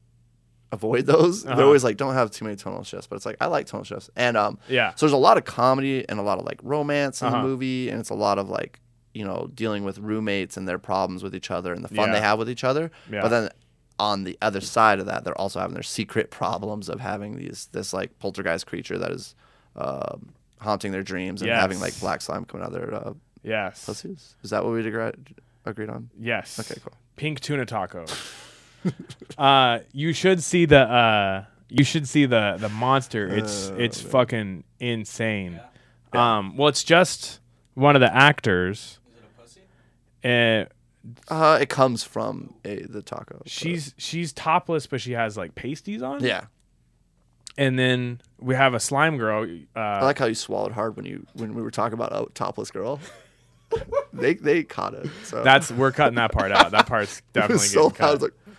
[SPEAKER 2] avoid those.
[SPEAKER 1] Uh-huh.
[SPEAKER 2] They're always like don't have too many tonal shifts, but it's like I like tonal shifts. And um,
[SPEAKER 1] yeah,
[SPEAKER 2] So there's a lot of comedy and a lot of like romance in
[SPEAKER 1] Uh-huh.
[SPEAKER 2] the movie, and it's a lot of like you know dealing with roommates and their problems with each other and the fun
[SPEAKER 1] Yeah.
[SPEAKER 2] they have with each other.
[SPEAKER 1] Yeah.
[SPEAKER 2] But then on the other side of that, they're also having their secret problems of having these this like poltergeist creature that is um, haunting their dreams and having like
[SPEAKER 1] Yes.
[SPEAKER 2] black slime coming out of their uh,
[SPEAKER 1] yes,
[SPEAKER 2] pussies. Is that what we agreed agreed on?
[SPEAKER 1] yes.
[SPEAKER 2] Okay, cool.
[SPEAKER 1] Pink tuna taco. *laughs* uh, you should see the uh, you should see the the monster. It's
[SPEAKER 2] Oh,
[SPEAKER 1] it's fucking insane. Um, well, it's just one of the actors.
[SPEAKER 3] Is it a pussy?
[SPEAKER 1] Uh,
[SPEAKER 2] Uh, it comes from a, the taco. but-
[SPEAKER 1] she's she's topless, but she has like pasties on.
[SPEAKER 2] yeah.
[SPEAKER 1] and then we have a slime girl.
[SPEAKER 2] I
[SPEAKER 1] Uh,
[SPEAKER 2] like how you swallowed hard when you when we were talking about a topless girl. *laughs* they they caught it. So
[SPEAKER 1] that's we're cutting that part out. That part's
[SPEAKER 2] *laughs* It
[SPEAKER 1] definitely
[SPEAKER 2] was so
[SPEAKER 1] getting
[SPEAKER 2] loud. I was
[SPEAKER 1] cut.
[SPEAKER 2] like,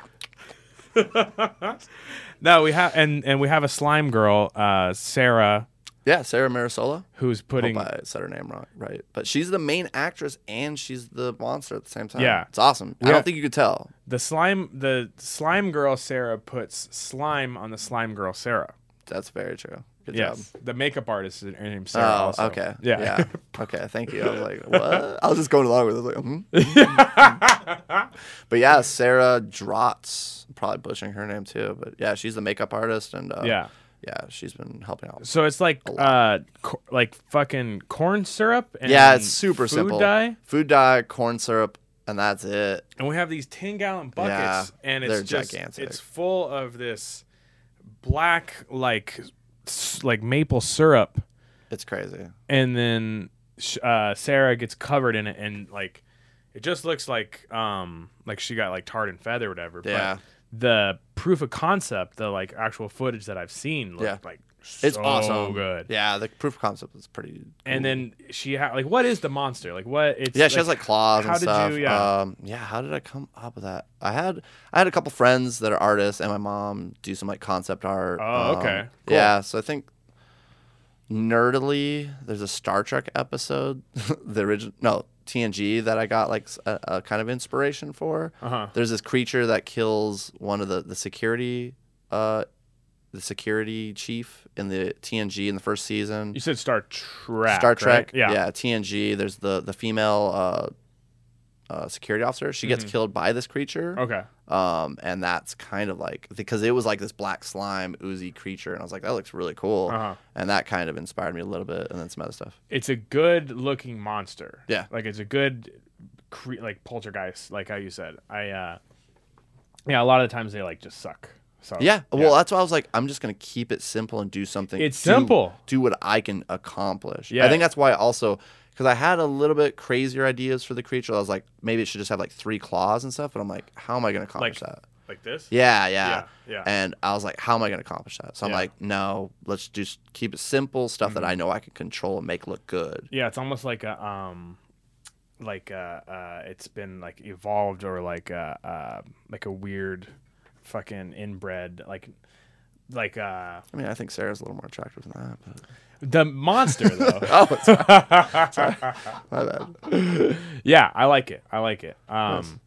[SPEAKER 1] no, we have and and we have a slime girl, uh, Sarah,
[SPEAKER 2] yeah, Sarah Marisola.
[SPEAKER 1] who's
[SPEAKER 2] I
[SPEAKER 1] putting.
[SPEAKER 2] hope I said her name wrong, right? But she's the main actress and she's the monster at the same time.
[SPEAKER 1] Yeah.
[SPEAKER 2] it's awesome. I
[SPEAKER 1] Yeah.
[SPEAKER 2] don't think you could tell.
[SPEAKER 1] The slime, the slime girl Sarah puts slime on the slime girl Sarah.
[SPEAKER 2] That's very true. Good
[SPEAKER 1] Yes, the makeup artist is her name's
[SPEAKER 2] job.
[SPEAKER 1] Sarah. also.
[SPEAKER 2] oh, okay.
[SPEAKER 1] Yeah.
[SPEAKER 2] Yeah. Okay. Thank you. I was like, what? I was just going along with it. I was like, hmm.
[SPEAKER 1] *laughs*
[SPEAKER 2] but yeah, Sarah Drotz. I'm probably butchering her name too. But yeah, she's the makeup artist, and uh,
[SPEAKER 1] *laughs* Yeah.
[SPEAKER 2] yeah, she's been helping out.
[SPEAKER 1] So it's like uh, cor- like fucking corn syrup. And
[SPEAKER 2] yeah, it's super
[SPEAKER 1] food
[SPEAKER 2] simple.
[SPEAKER 1] Dye,
[SPEAKER 2] Food dye, corn syrup, and that's it.
[SPEAKER 1] and we have these ten gallon buckets,
[SPEAKER 2] Yeah,
[SPEAKER 1] and it's
[SPEAKER 2] they're
[SPEAKER 1] just
[SPEAKER 2] gigantic.
[SPEAKER 1] it's full of this black like s- like maple syrup,
[SPEAKER 2] It's crazy.
[SPEAKER 1] and then sh- uh, Sarah gets covered in it, and like it just looks like um like she got like tarred and feather or whatever.
[SPEAKER 2] Yeah.
[SPEAKER 1] But the proof of concept, the like actual footage that I've seen, looked
[SPEAKER 2] Yeah.
[SPEAKER 1] like
[SPEAKER 2] It's
[SPEAKER 1] so
[SPEAKER 2] awesome.
[SPEAKER 1] good.
[SPEAKER 2] Yeah, the proof of concept is pretty.
[SPEAKER 1] And
[SPEAKER 2] cool.
[SPEAKER 1] then she ha- like what is the monster? Like what it's
[SPEAKER 2] Yeah, she has like claws
[SPEAKER 1] how
[SPEAKER 2] and
[SPEAKER 1] did you-
[SPEAKER 2] stuff.
[SPEAKER 1] yeah.
[SPEAKER 2] Um, yeah, how did I come up with that? I had I had a couple friends that are artists, and my mom do some like concept art.
[SPEAKER 1] Oh,
[SPEAKER 2] Um,
[SPEAKER 1] okay. Cool.
[SPEAKER 2] Yeah, so I think nerdily, there's a Star Trek episode, *laughs* the original no TNG that I got like s- a, a kind of inspiration for.
[SPEAKER 1] Uh-huh.
[SPEAKER 2] There's this creature that kills one of the the security. Uh, the security chief in the TNG in the first season.
[SPEAKER 1] You said Star Trek.
[SPEAKER 2] Star Trek.
[SPEAKER 1] right? Yeah.
[SPEAKER 2] yeah. TNG. There's the the female uh, uh, security officer. She gets killed by this creature.
[SPEAKER 1] Mm-hmm. Okay.
[SPEAKER 2] Um, and that's kind of like because it was like this black slime oozy creature, and I was like, that looks really cool.
[SPEAKER 1] Uh-huh.
[SPEAKER 2] And that kind of inspired me a little bit, and then some other stuff.
[SPEAKER 1] It's a good looking monster.
[SPEAKER 2] Yeah.
[SPEAKER 1] Like it's a good cre- like poltergeist, like how you said. I uh Yeah, a lot of the times they like just suck. So
[SPEAKER 2] Yeah. Well, that's why I was like, I'm just gonna keep it simple and do something.
[SPEAKER 1] It's
[SPEAKER 2] do-
[SPEAKER 1] simple.
[SPEAKER 2] Do what I can accomplish.
[SPEAKER 1] Yeah.
[SPEAKER 2] I think that's why also. Because I had a little bit crazier ideas for the creature. I was like, maybe it should just have like three claws and stuff. But I'm like, how am I going to accomplish that?
[SPEAKER 1] like this?
[SPEAKER 2] Yeah, yeah,
[SPEAKER 1] Yeah, yeah.
[SPEAKER 2] And I was like, how am I going to accomplish that? So I'm
[SPEAKER 1] Yeah.
[SPEAKER 2] like, no, let's just keep it simple, stuff that I know I can control and make look good.
[SPEAKER 1] Yeah, it's almost like a um like uh uh it's been like evolved or like uh uh like a weird fucking inbred like like uh
[SPEAKER 2] I mean, I think Sarah's a little more attractive than that. But...
[SPEAKER 1] the monster though.
[SPEAKER 2] *laughs* Oh, it's sorry. Oh. My bad.
[SPEAKER 1] *laughs* Yeah, I like it. I like it. Um,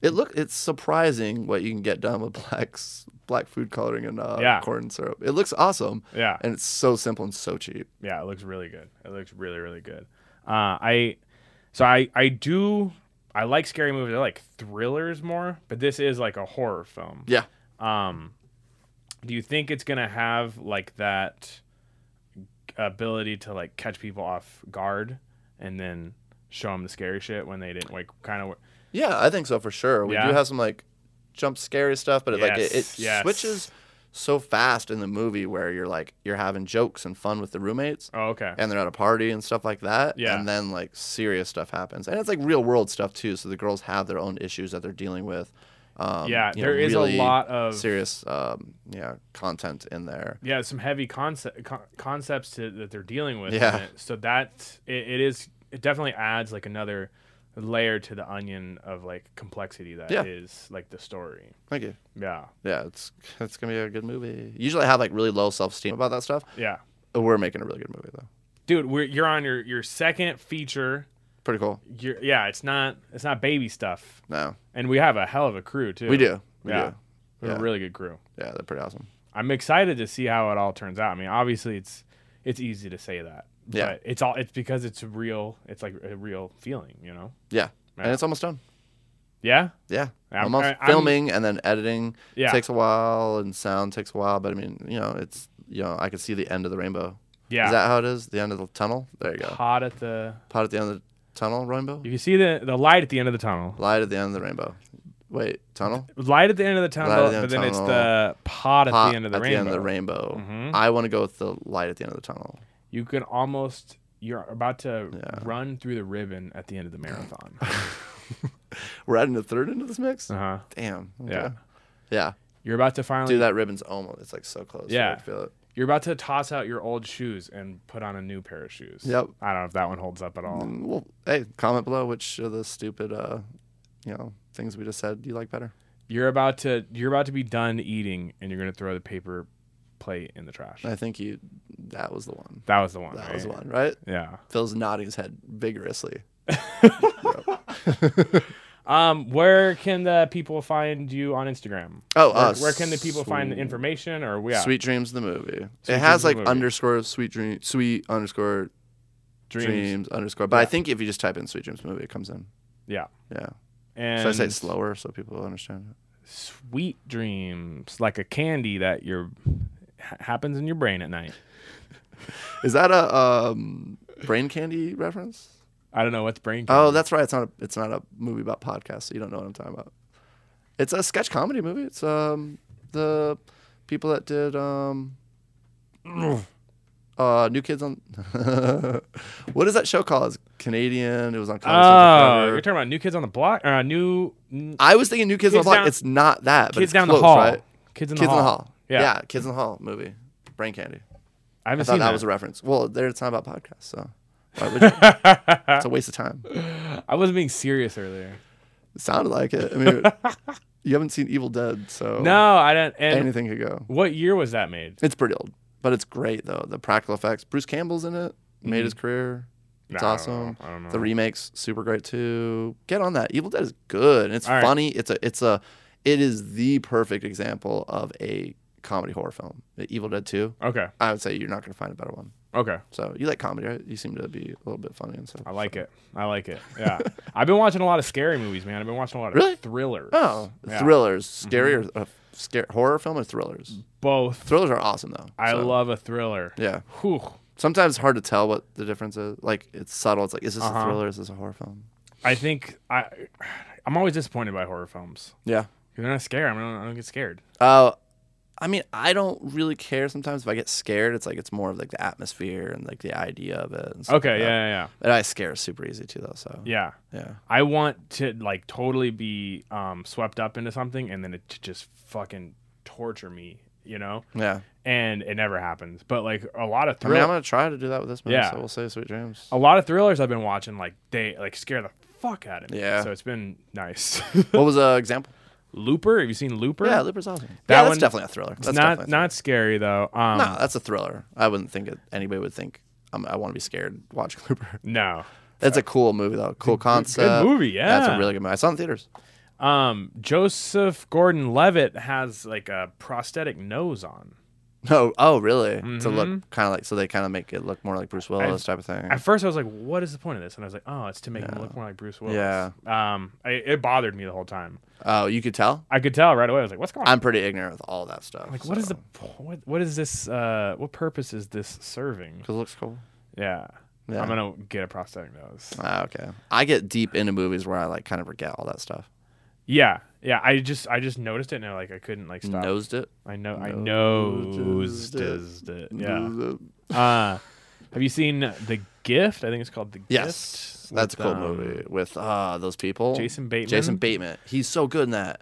[SPEAKER 2] It look it's surprising what you can get done with blacks black food coloring and uh,
[SPEAKER 1] Yeah.
[SPEAKER 2] corn syrup. It looks awesome.
[SPEAKER 1] Yeah.
[SPEAKER 2] And it's so simple and so cheap.
[SPEAKER 1] yeah, it looks really good. It looks really, really good. Uh, I, so I, I do, I like scary movies. I like thrillers more, but this is like a horror film.
[SPEAKER 2] Yeah.
[SPEAKER 1] Um, do you think it's gonna have like that ability to like catch people off guard and then show them the scary shit when they didn't like kind of
[SPEAKER 2] Yeah, I think so for sure. We
[SPEAKER 1] Yeah.
[SPEAKER 2] do have some like jump scary stuff, but it, like it, it
[SPEAKER 1] Yes, yes.
[SPEAKER 2] switches so fast in the movie where you're like you're having jokes and fun with the roommates
[SPEAKER 1] oh okay
[SPEAKER 2] and they're at a party and stuff like that.
[SPEAKER 1] Yeah.
[SPEAKER 2] And then like serious stuff happens. And it's like real world stuff too. So the girls have their own issues that they're dealing with. Um,
[SPEAKER 1] yeah
[SPEAKER 2] you know,
[SPEAKER 1] there is
[SPEAKER 2] really
[SPEAKER 1] a lot of
[SPEAKER 2] serious um, yeah, content in there.
[SPEAKER 1] yeah some heavy concept con- concepts to, that they're dealing with in
[SPEAKER 2] Yeah.
[SPEAKER 1] it. so that it, it is it definitely adds like another layer to the onion of like complexity that is
[SPEAKER 2] Yeah.
[SPEAKER 1] like the story
[SPEAKER 2] Thank you.
[SPEAKER 1] yeah
[SPEAKER 2] Yeah, it's *laughs* it's gonna be a good movie. Usually I have like really low self esteem about that stuff.
[SPEAKER 1] yeah
[SPEAKER 2] We're making a really good movie though.
[SPEAKER 1] dude we're, you're on your your second feature
[SPEAKER 2] Pretty cool.
[SPEAKER 1] you're, yeah it's not it's not baby stuff
[SPEAKER 2] No.
[SPEAKER 1] and we have a hell of a crew too
[SPEAKER 2] We do. We
[SPEAKER 1] yeah
[SPEAKER 2] do.
[SPEAKER 1] we have
[SPEAKER 2] Yeah.
[SPEAKER 1] a really good crew
[SPEAKER 2] Yeah, they're pretty awesome.
[SPEAKER 1] i'm excited to see how it all turns out i mean obviously it's it's easy to say that
[SPEAKER 2] Yeah.
[SPEAKER 1] but it's all it's because it's real it's like a real feeling you know
[SPEAKER 2] Yeah.
[SPEAKER 1] Yeah.
[SPEAKER 2] And it's almost done.
[SPEAKER 1] yeah
[SPEAKER 2] Yeah.
[SPEAKER 1] I'm-
[SPEAKER 2] almost
[SPEAKER 1] I- I'm-
[SPEAKER 2] filming and then editing
[SPEAKER 1] Yeah.
[SPEAKER 2] takes a while and sound takes a while, but I mean, you know, it's you know, I could see the end of the rainbow.
[SPEAKER 1] Yeah.
[SPEAKER 2] Is that how it is? The end of the tunnel? There you go.
[SPEAKER 1] Hot at the.
[SPEAKER 2] Pot at the end of the tunnel, rainbow?
[SPEAKER 1] You can see the the light at the end of the tunnel.
[SPEAKER 2] Light at the end of the rainbow. Wait, tunnel?
[SPEAKER 1] Light at the end of the tunnel,
[SPEAKER 2] Light at the end
[SPEAKER 1] but
[SPEAKER 2] of
[SPEAKER 1] then it's
[SPEAKER 2] tunnel.
[SPEAKER 1] the pot at
[SPEAKER 2] Pot
[SPEAKER 1] the end of the
[SPEAKER 2] at
[SPEAKER 1] rainbow.
[SPEAKER 2] the end of the rainbow.
[SPEAKER 1] Mhm.
[SPEAKER 2] I want to go with the light at the end of the tunnel.
[SPEAKER 1] you can almost. You're about to
[SPEAKER 2] Yeah.
[SPEAKER 1] run through the ribbon at the end of the
[SPEAKER 2] *laughs*
[SPEAKER 1] marathon. uh
[SPEAKER 2] We're adding a third into this mix?
[SPEAKER 1] huh.
[SPEAKER 2] Damn. okay.
[SPEAKER 1] Yeah.
[SPEAKER 2] Yeah.
[SPEAKER 1] Uh-huh. You're about to finally.
[SPEAKER 2] Dude, that ribbon's almost it's like so close.
[SPEAKER 1] Yeah.
[SPEAKER 2] I can feel it.
[SPEAKER 1] You're about to toss out your old shoes and put on a new pair of shoes.
[SPEAKER 2] Yep.
[SPEAKER 1] I don't know if that one holds up at all.
[SPEAKER 2] Mm, Well, hey, comment below which of the stupid uh you know, things we just said you like better.
[SPEAKER 1] You're about to. You're about to be done eating, and you're gonna throw the paper plate in the trash.
[SPEAKER 2] I think you that was the one.
[SPEAKER 1] That was the one.
[SPEAKER 2] That
[SPEAKER 1] right?
[SPEAKER 2] was the one, right?
[SPEAKER 1] Yeah.
[SPEAKER 2] Phil's nodding his head vigorously.
[SPEAKER 1] *laughs* Um, where can the people find you on Instagram?
[SPEAKER 2] Oh,
[SPEAKER 1] where,
[SPEAKER 2] uh,
[SPEAKER 1] where can the people find the
[SPEAKER 2] sweet-
[SPEAKER 1] information? Or yeah,
[SPEAKER 2] Sweet Dreams the movie.
[SPEAKER 1] Sweet
[SPEAKER 2] it
[SPEAKER 1] Dreams
[SPEAKER 2] has
[SPEAKER 1] the
[SPEAKER 2] like
[SPEAKER 1] movie.
[SPEAKER 2] underscore sweet dream sweet underscore
[SPEAKER 1] dreams.
[SPEAKER 2] dreams, underscore. But
[SPEAKER 1] Yeah.
[SPEAKER 2] I think if you just type in Sweet Dreams movie, it comes in.
[SPEAKER 1] Yeah.
[SPEAKER 2] Yeah.
[SPEAKER 1] And
[SPEAKER 2] so I say it slower so people understand it.
[SPEAKER 1] sweet dreams, like a candy that your ha- happens in your brain at night.
[SPEAKER 2] Is that a um, brain candy reference?
[SPEAKER 1] I don't know what's brain. Candy.
[SPEAKER 2] Oh, that's right. It's not a it's not a movie about podcasts, so you don't know what I'm talking about. It's a sketch comedy movie. It's um the people that did
[SPEAKER 1] *sniffs*
[SPEAKER 2] um uh New Kids on *laughs* What is that show called? It's Canadian. It was on Comedy Central
[SPEAKER 1] Oh,
[SPEAKER 2] forever.
[SPEAKER 1] you're talking about new kids on the block or uh, new n-
[SPEAKER 2] I was thinking New Kids, on the
[SPEAKER 1] Kids
[SPEAKER 2] Block.
[SPEAKER 1] Down-
[SPEAKER 2] it's not that, but
[SPEAKER 1] kids
[SPEAKER 2] it's
[SPEAKER 1] down
[SPEAKER 2] close,
[SPEAKER 1] the hall.
[SPEAKER 2] right?
[SPEAKER 1] Kids in
[SPEAKER 2] Kids
[SPEAKER 1] the hall.
[SPEAKER 2] Yeah.
[SPEAKER 1] Yeah.
[SPEAKER 2] Kids in the Hall movie. Brain candy.
[SPEAKER 1] I
[SPEAKER 2] I
[SPEAKER 1] haven't
[SPEAKER 2] thought
[SPEAKER 1] seen
[SPEAKER 2] that,
[SPEAKER 1] that.
[SPEAKER 2] was a reference. Well, there it's not about podcasts, so
[SPEAKER 1] *laughs*
[SPEAKER 2] why would you? it's a waste of time.
[SPEAKER 1] I wasn't being serious earlier.
[SPEAKER 2] It sounded like it.
[SPEAKER 1] *laughs*
[SPEAKER 2] I mean, you haven't seen Evil Dead, so
[SPEAKER 1] No, I don't. And
[SPEAKER 2] Oh. anything could go.
[SPEAKER 1] what year was that made?
[SPEAKER 2] It's pretty old, but it's great though. The practical effects. Bruce Campbell's in it. Made
[SPEAKER 1] Mm.
[SPEAKER 2] his career. It's
[SPEAKER 1] Nah, I don't know.
[SPEAKER 2] awesome.
[SPEAKER 1] I don't know.
[SPEAKER 2] The remakes super great too. Get on that. Evil Dead is good. And it's
[SPEAKER 1] All right.
[SPEAKER 2] funny. It's a it's a it is the perfect example of a comedy horror film. Evil Dead 2.
[SPEAKER 1] okay.
[SPEAKER 2] I would say you're not going to find a better one.
[SPEAKER 1] Okay.
[SPEAKER 2] So you like comedy, right? You seem to be a little bit funny and stuff.
[SPEAKER 1] I like it. I like it.
[SPEAKER 2] *laughs*
[SPEAKER 1] Yeah. I've been watching a lot of scary movies, man. I've been watching a lot of
[SPEAKER 2] Really?
[SPEAKER 1] thrillers.
[SPEAKER 2] Oh,
[SPEAKER 1] Yeah. Mm-hmm.
[SPEAKER 2] thrillers, scary or uh, scare, horror film or thrillers?
[SPEAKER 1] Both.
[SPEAKER 2] Thrillers are awesome though.
[SPEAKER 1] Mm. I
[SPEAKER 2] So,
[SPEAKER 1] love a thriller.
[SPEAKER 2] Yeah,
[SPEAKER 1] Whew.
[SPEAKER 2] sometimes it's hard to tell what the difference is. Like it's subtle. It's like is this
[SPEAKER 1] Uh-huh.
[SPEAKER 2] a thriller? Is this a horror film?
[SPEAKER 1] I think I I'm always disappointed by horror films.
[SPEAKER 2] Yeah.
[SPEAKER 1] They're not scary. I don't, I don't get scared.
[SPEAKER 2] Uh, I mean, I don't really care. Sometimes if I get scared, it's like it's more of like the atmosphere and like the idea of it. And stuff
[SPEAKER 1] Okay.
[SPEAKER 2] like
[SPEAKER 1] Yeah.
[SPEAKER 2] that.
[SPEAKER 1] Yeah. Yeah.
[SPEAKER 2] And I scare super easy too though. So
[SPEAKER 1] yeah.
[SPEAKER 2] yeah.
[SPEAKER 1] I want to like totally be um, swept up into something and then it to just fucking torture me, you know?
[SPEAKER 2] Yeah.
[SPEAKER 1] And it never happens. But like a lot of
[SPEAKER 2] I mean,
[SPEAKER 1] thrillers,
[SPEAKER 2] I'm gonna try to do that with this movie.
[SPEAKER 1] Yeah. Oh.
[SPEAKER 2] So we'll say sweet dreams.
[SPEAKER 1] a lot of thrillers I've been watching, like they like scare the fuck out of me.
[SPEAKER 2] Yeah.
[SPEAKER 1] So it's been nice. *laughs*
[SPEAKER 2] what was an example? Looper.
[SPEAKER 1] Looper, have you seen Looper?
[SPEAKER 2] Yeah, Looper's awesome.
[SPEAKER 1] That
[SPEAKER 2] yeah, that's
[SPEAKER 1] one-
[SPEAKER 2] definitely a thriller.
[SPEAKER 1] It's
[SPEAKER 2] That's
[SPEAKER 1] not
[SPEAKER 2] definitely a
[SPEAKER 1] not scary though. Um,
[SPEAKER 2] thriller. No, that's a thriller. I wouldn't think it, anybody would think um, I want to be scared watching *laughs* Looper.
[SPEAKER 1] no.
[SPEAKER 2] That's a cool movie though. Cool concept.
[SPEAKER 1] movie,
[SPEAKER 2] That's
[SPEAKER 1] yeah.
[SPEAKER 2] a really good movie. I saw it in theaters.
[SPEAKER 1] Um, Joseph Gordon-Levitt has like a prosthetic nose on.
[SPEAKER 2] No, oh really? To look kind of like so they kind of make it look more like Bruce Willis type of thing.
[SPEAKER 1] At first, Mm-hmm. I was like, "What is the point of this?" And I was like, "Oh, it's to make him look more like Bruce Willis."
[SPEAKER 2] Yeah.
[SPEAKER 1] Um, I, it bothered me the whole time.
[SPEAKER 2] Oh, you could tell.
[SPEAKER 1] I could tell right away. I was like, "What's going on?"
[SPEAKER 2] I'm pretty ignorant with all that stuff.
[SPEAKER 1] like, what is the po- what? What is this? Uh, what purpose is this serving?
[SPEAKER 2] Because it looks cool.
[SPEAKER 1] Yeah.
[SPEAKER 2] Yeah.
[SPEAKER 1] I'm gonna get a prosthetic nose.
[SPEAKER 2] Ah, okay. I get deep into movies where I like kind of forget all that stuff.
[SPEAKER 1] Yeah, yeah. I just I just noticed it and like I couldn't like stop.
[SPEAKER 2] Nosed it.
[SPEAKER 1] I know I
[SPEAKER 2] Nosed
[SPEAKER 1] nosed
[SPEAKER 2] it.
[SPEAKER 1] it. Yeah.
[SPEAKER 2] Nosed it.
[SPEAKER 1] Uh, have you seen The Gift? I think it's called The
[SPEAKER 2] Yes,
[SPEAKER 1] Gift.
[SPEAKER 2] that's a
[SPEAKER 1] with,
[SPEAKER 2] cool
[SPEAKER 1] um,
[SPEAKER 2] movie with uh, those people.
[SPEAKER 1] Jason Bateman.
[SPEAKER 2] Jason Bateman. He's so good in that.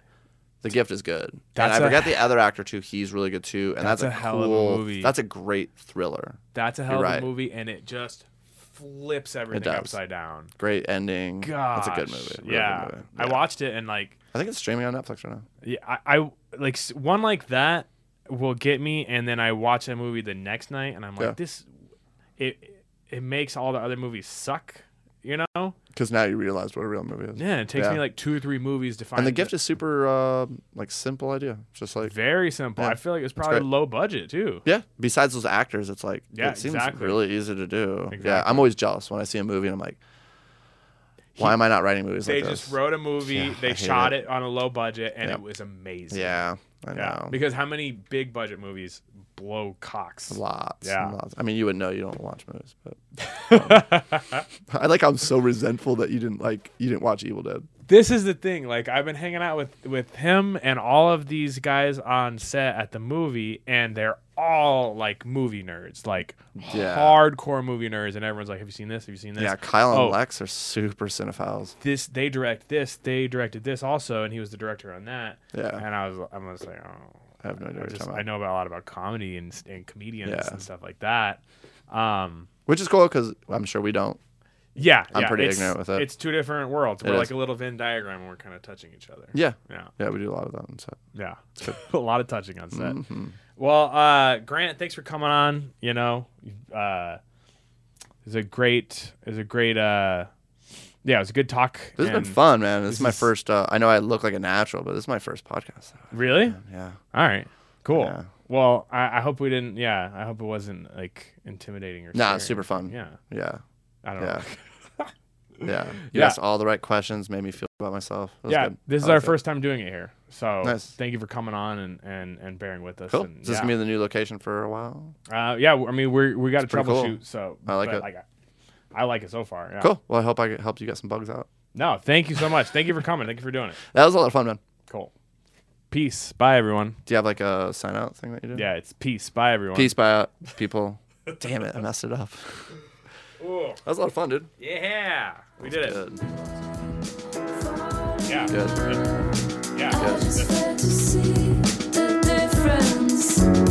[SPEAKER 2] The Gift is good.
[SPEAKER 1] That's
[SPEAKER 2] and
[SPEAKER 1] a-
[SPEAKER 2] I forgot the other actor too. He's really good too. And that's,
[SPEAKER 1] That's a hell of a
[SPEAKER 2] cool,
[SPEAKER 1] movie.
[SPEAKER 2] That's a great thriller.
[SPEAKER 1] That's a hell of
[SPEAKER 2] You're
[SPEAKER 1] a
[SPEAKER 2] right.
[SPEAKER 1] movie, and it just flips everything
[SPEAKER 2] does.
[SPEAKER 1] upside down.
[SPEAKER 2] Great ending.
[SPEAKER 1] Gosh,
[SPEAKER 2] That's a good movie. Really good
[SPEAKER 1] yeah.
[SPEAKER 2] movie.
[SPEAKER 1] I watched it and like,
[SPEAKER 2] I think it's streaming on Netflix right now.
[SPEAKER 1] yeah, I, I like s- one like that will get me, and then I watch a movie the next night, and I'm like,
[SPEAKER 2] Yeah.
[SPEAKER 1] this, it, it makes all the other movies suck. You know,
[SPEAKER 2] Because now you realize what a real movie is.
[SPEAKER 1] yeah. It takes
[SPEAKER 2] Yeah.
[SPEAKER 1] me like two or three movies to find.
[SPEAKER 2] And the gift is super uh, like simple idea. It's Just like
[SPEAKER 1] very simple.
[SPEAKER 2] Yeah.
[SPEAKER 1] I feel like it was probably
[SPEAKER 2] great.
[SPEAKER 1] low budget too.
[SPEAKER 2] yeah. Besides those actors, it's like
[SPEAKER 1] Yeah,
[SPEAKER 2] it seems
[SPEAKER 1] exactly.
[SPEAKER 2] really easy to do. Yeah.
[SPEAKER 1] Exactly.
[SPEAKER 2] I'm always jealous when I see a movie and I'm like, why am I not writing movies
[SPEAKER 1] They
[SPEAKER 2] like this?
[SPEAKER 1] just wrote a movie.
[SPEAKER 2] Yeah, I
[SPEAKER 1] they
[SPEAKER 2] hate
[SPEAKER 1] shot it. on a low budget, and
[SPEAKER 2] Yeah.
[SPEAKER 1] it was amazing.
[SPEAKER 2] yeah, I know.
[SPEAKER 1] Yeah, because how many big budget movies blow cocks?
[SPEAKER 2] Lots.
[SPEAKER 1] Yeah.
[SPEAKER 2] And lots. I mean, you would know you don't watch movies,
[SPEAKER 1] *laughs*
[SPEAKER 2] but um, *laughs* I like. I'm so resentful that you didn't like. You didn't watch Evil Dead.
[SPEAKER 1] This is the thing. Like I've been hanging out with with him and all of these guys on set at the movie, and they're all like movie nerds, like
[SPEAKER 2] Yeah.
[SPEAKER 1] hardcore movie nerds, and everyone's like, "Have you seen this? Have you seen this?"
[SPEAKER 2] Yeah, Kyle and
[SPEAKER 1] Oh.
[SPEAKER 2] Lex are super cinephiles.
[SPEAKER 1] This they direct this, they directed this also, and he was the director on that.
[SPEAKER 2] Yeah.
[SPEAKER 1] And I was, I'm just like, oh,
[SPEAKER 2] I have no idea
[SPEAKER 1] I,
[SPEAKER 2] what you're
[SPEAKER 1] just,
[SPEAKER 2] talking
[SPEAKER 1] I
[SPEAKER 2] about.
[SPEAKER 1] know about a lot about comedy and and comedians
[SPEAKER 2] Yeah.
[SPEAKER 1] and stuff like that. Um,
[SPEAKER 2] Which is cool because I'm sure we don't.
[SPEAKER 1] Yeah,
[SPEAKER 2] I'm
[SPEAKER 1] yeah,
[SPEAKER 2] pretty
[SPEAKER 1] it's-
[SPEAKER 2] ignorant with it.
[SPEAKER 1] It's two different worlds.
[SPEAKER 2] It
[SPEAKER 1] we're like
[SPEAKER 2] is.
[SPEAKER 1] a little Venn diagram, and we're kind of touching each other.
[SPEAKER 2] Yeah,
[SPEAKER 1] yeah,
[SPEAKER 2] yeah, we do a lot of that on set. *laughs*
[SPEAKER 1] yeah. a lot of touching on set.
[SPEAKER 2] Mm-hmm.
[SPEAKER 1] Well, uh, Grant, thanks for coming on. You know, you've, uh, it's a great, it's a great uh, Yeah, it was a good talk.
[SPEAKER 2] This has
[SPEAKER 1] and-
[SPEAKER 2] been fun, man. This, is my
[SPEAKER 1] is-
[SPEAKER 2] first. Uh, I know I look like a natural, but this is my first podcast.
[SPEAKER 1] Really?
[SPEAKER 2] Yeah.
[SPEAKER 1] All right. Cool.
[SPEAKER 2] Yeah.
[SPEAKER 1] Well, I, I hope we didn't. Yeah, I hope it wasn't like intimidating or.
[SPEAKER 2] Nah, it's
[SPEAKER 1] scary.
[SPEAKER 2] super fun.
[SPEAKER 1] Yeah,
[SPEAKER 2] Yeah.
[SPEAKER 1] I don't know.
[SPEAKER 2] Yeah. yeah. You
[SPEAKER 1] Yeah.
[SPEAKER 2] asked all the right questions, made me feel good about myself. It was
[SPEAKER 1] Yeah,
[SPEAKER 2] good.
[SPEAKER 1] this is
[SPEAKER 2] I
[SPEAKER 1] our
[SPEAKER 2] liked it.
[SPEAKER 1] first time doing it here, so
[SPEAKER 2] Nice.
[SPEAKER 1] thank you for coming on and and, and bearing with us.
[SPEAKER 2] Cool.
[SPEAKER 1] And,
[SPEAKER 2] Is this
[SPEAKER 1] yeah.
[SPEAKER 2] gonna be the new location for a while?
[SPEAKER 1] Uh, yeah, I mean we we got to
[SPEAKER 2] pretty cool.
[SPEAKER 1] troubleshoot, so
[SPEAKER 2] I like
[SPEAKER 1] but,
[SPEAKER 2] it.
[SPEAKER 1] I, I like it so far. Yeah.
[SPEAKER 2] Cool. Well, I hope I helped you get some bugs out.
[SPEAKER 1] No, thank you so much. Thank you for coming. Thank you for doing it.
[SPEAKER 2] That was a lot of fun, man.
[SPEAKER 1] Cool. Peace. Bye everyone.
[SPEAKER 2] Do you have like a sign out thing that you do?
[SPEAKER 1] Yeah, it's peace. Bye everyone.
[SPEAKER 2] Peace by out, people. *laughs* Damn it, I messed it up. *laughs*
[SPEAKER 1] Ooh,
[SPEAKER 2] That was a lot of fun, dude.
[SPEAKER 1] yeah, we did it.
[SPEAKER 2] Good.
[SPEAKER 1] Yeah.
[SPEAKER 2] Good.
[SPEAKER 1] Yeah.
[SPEAKER 3] I just had to see the difference.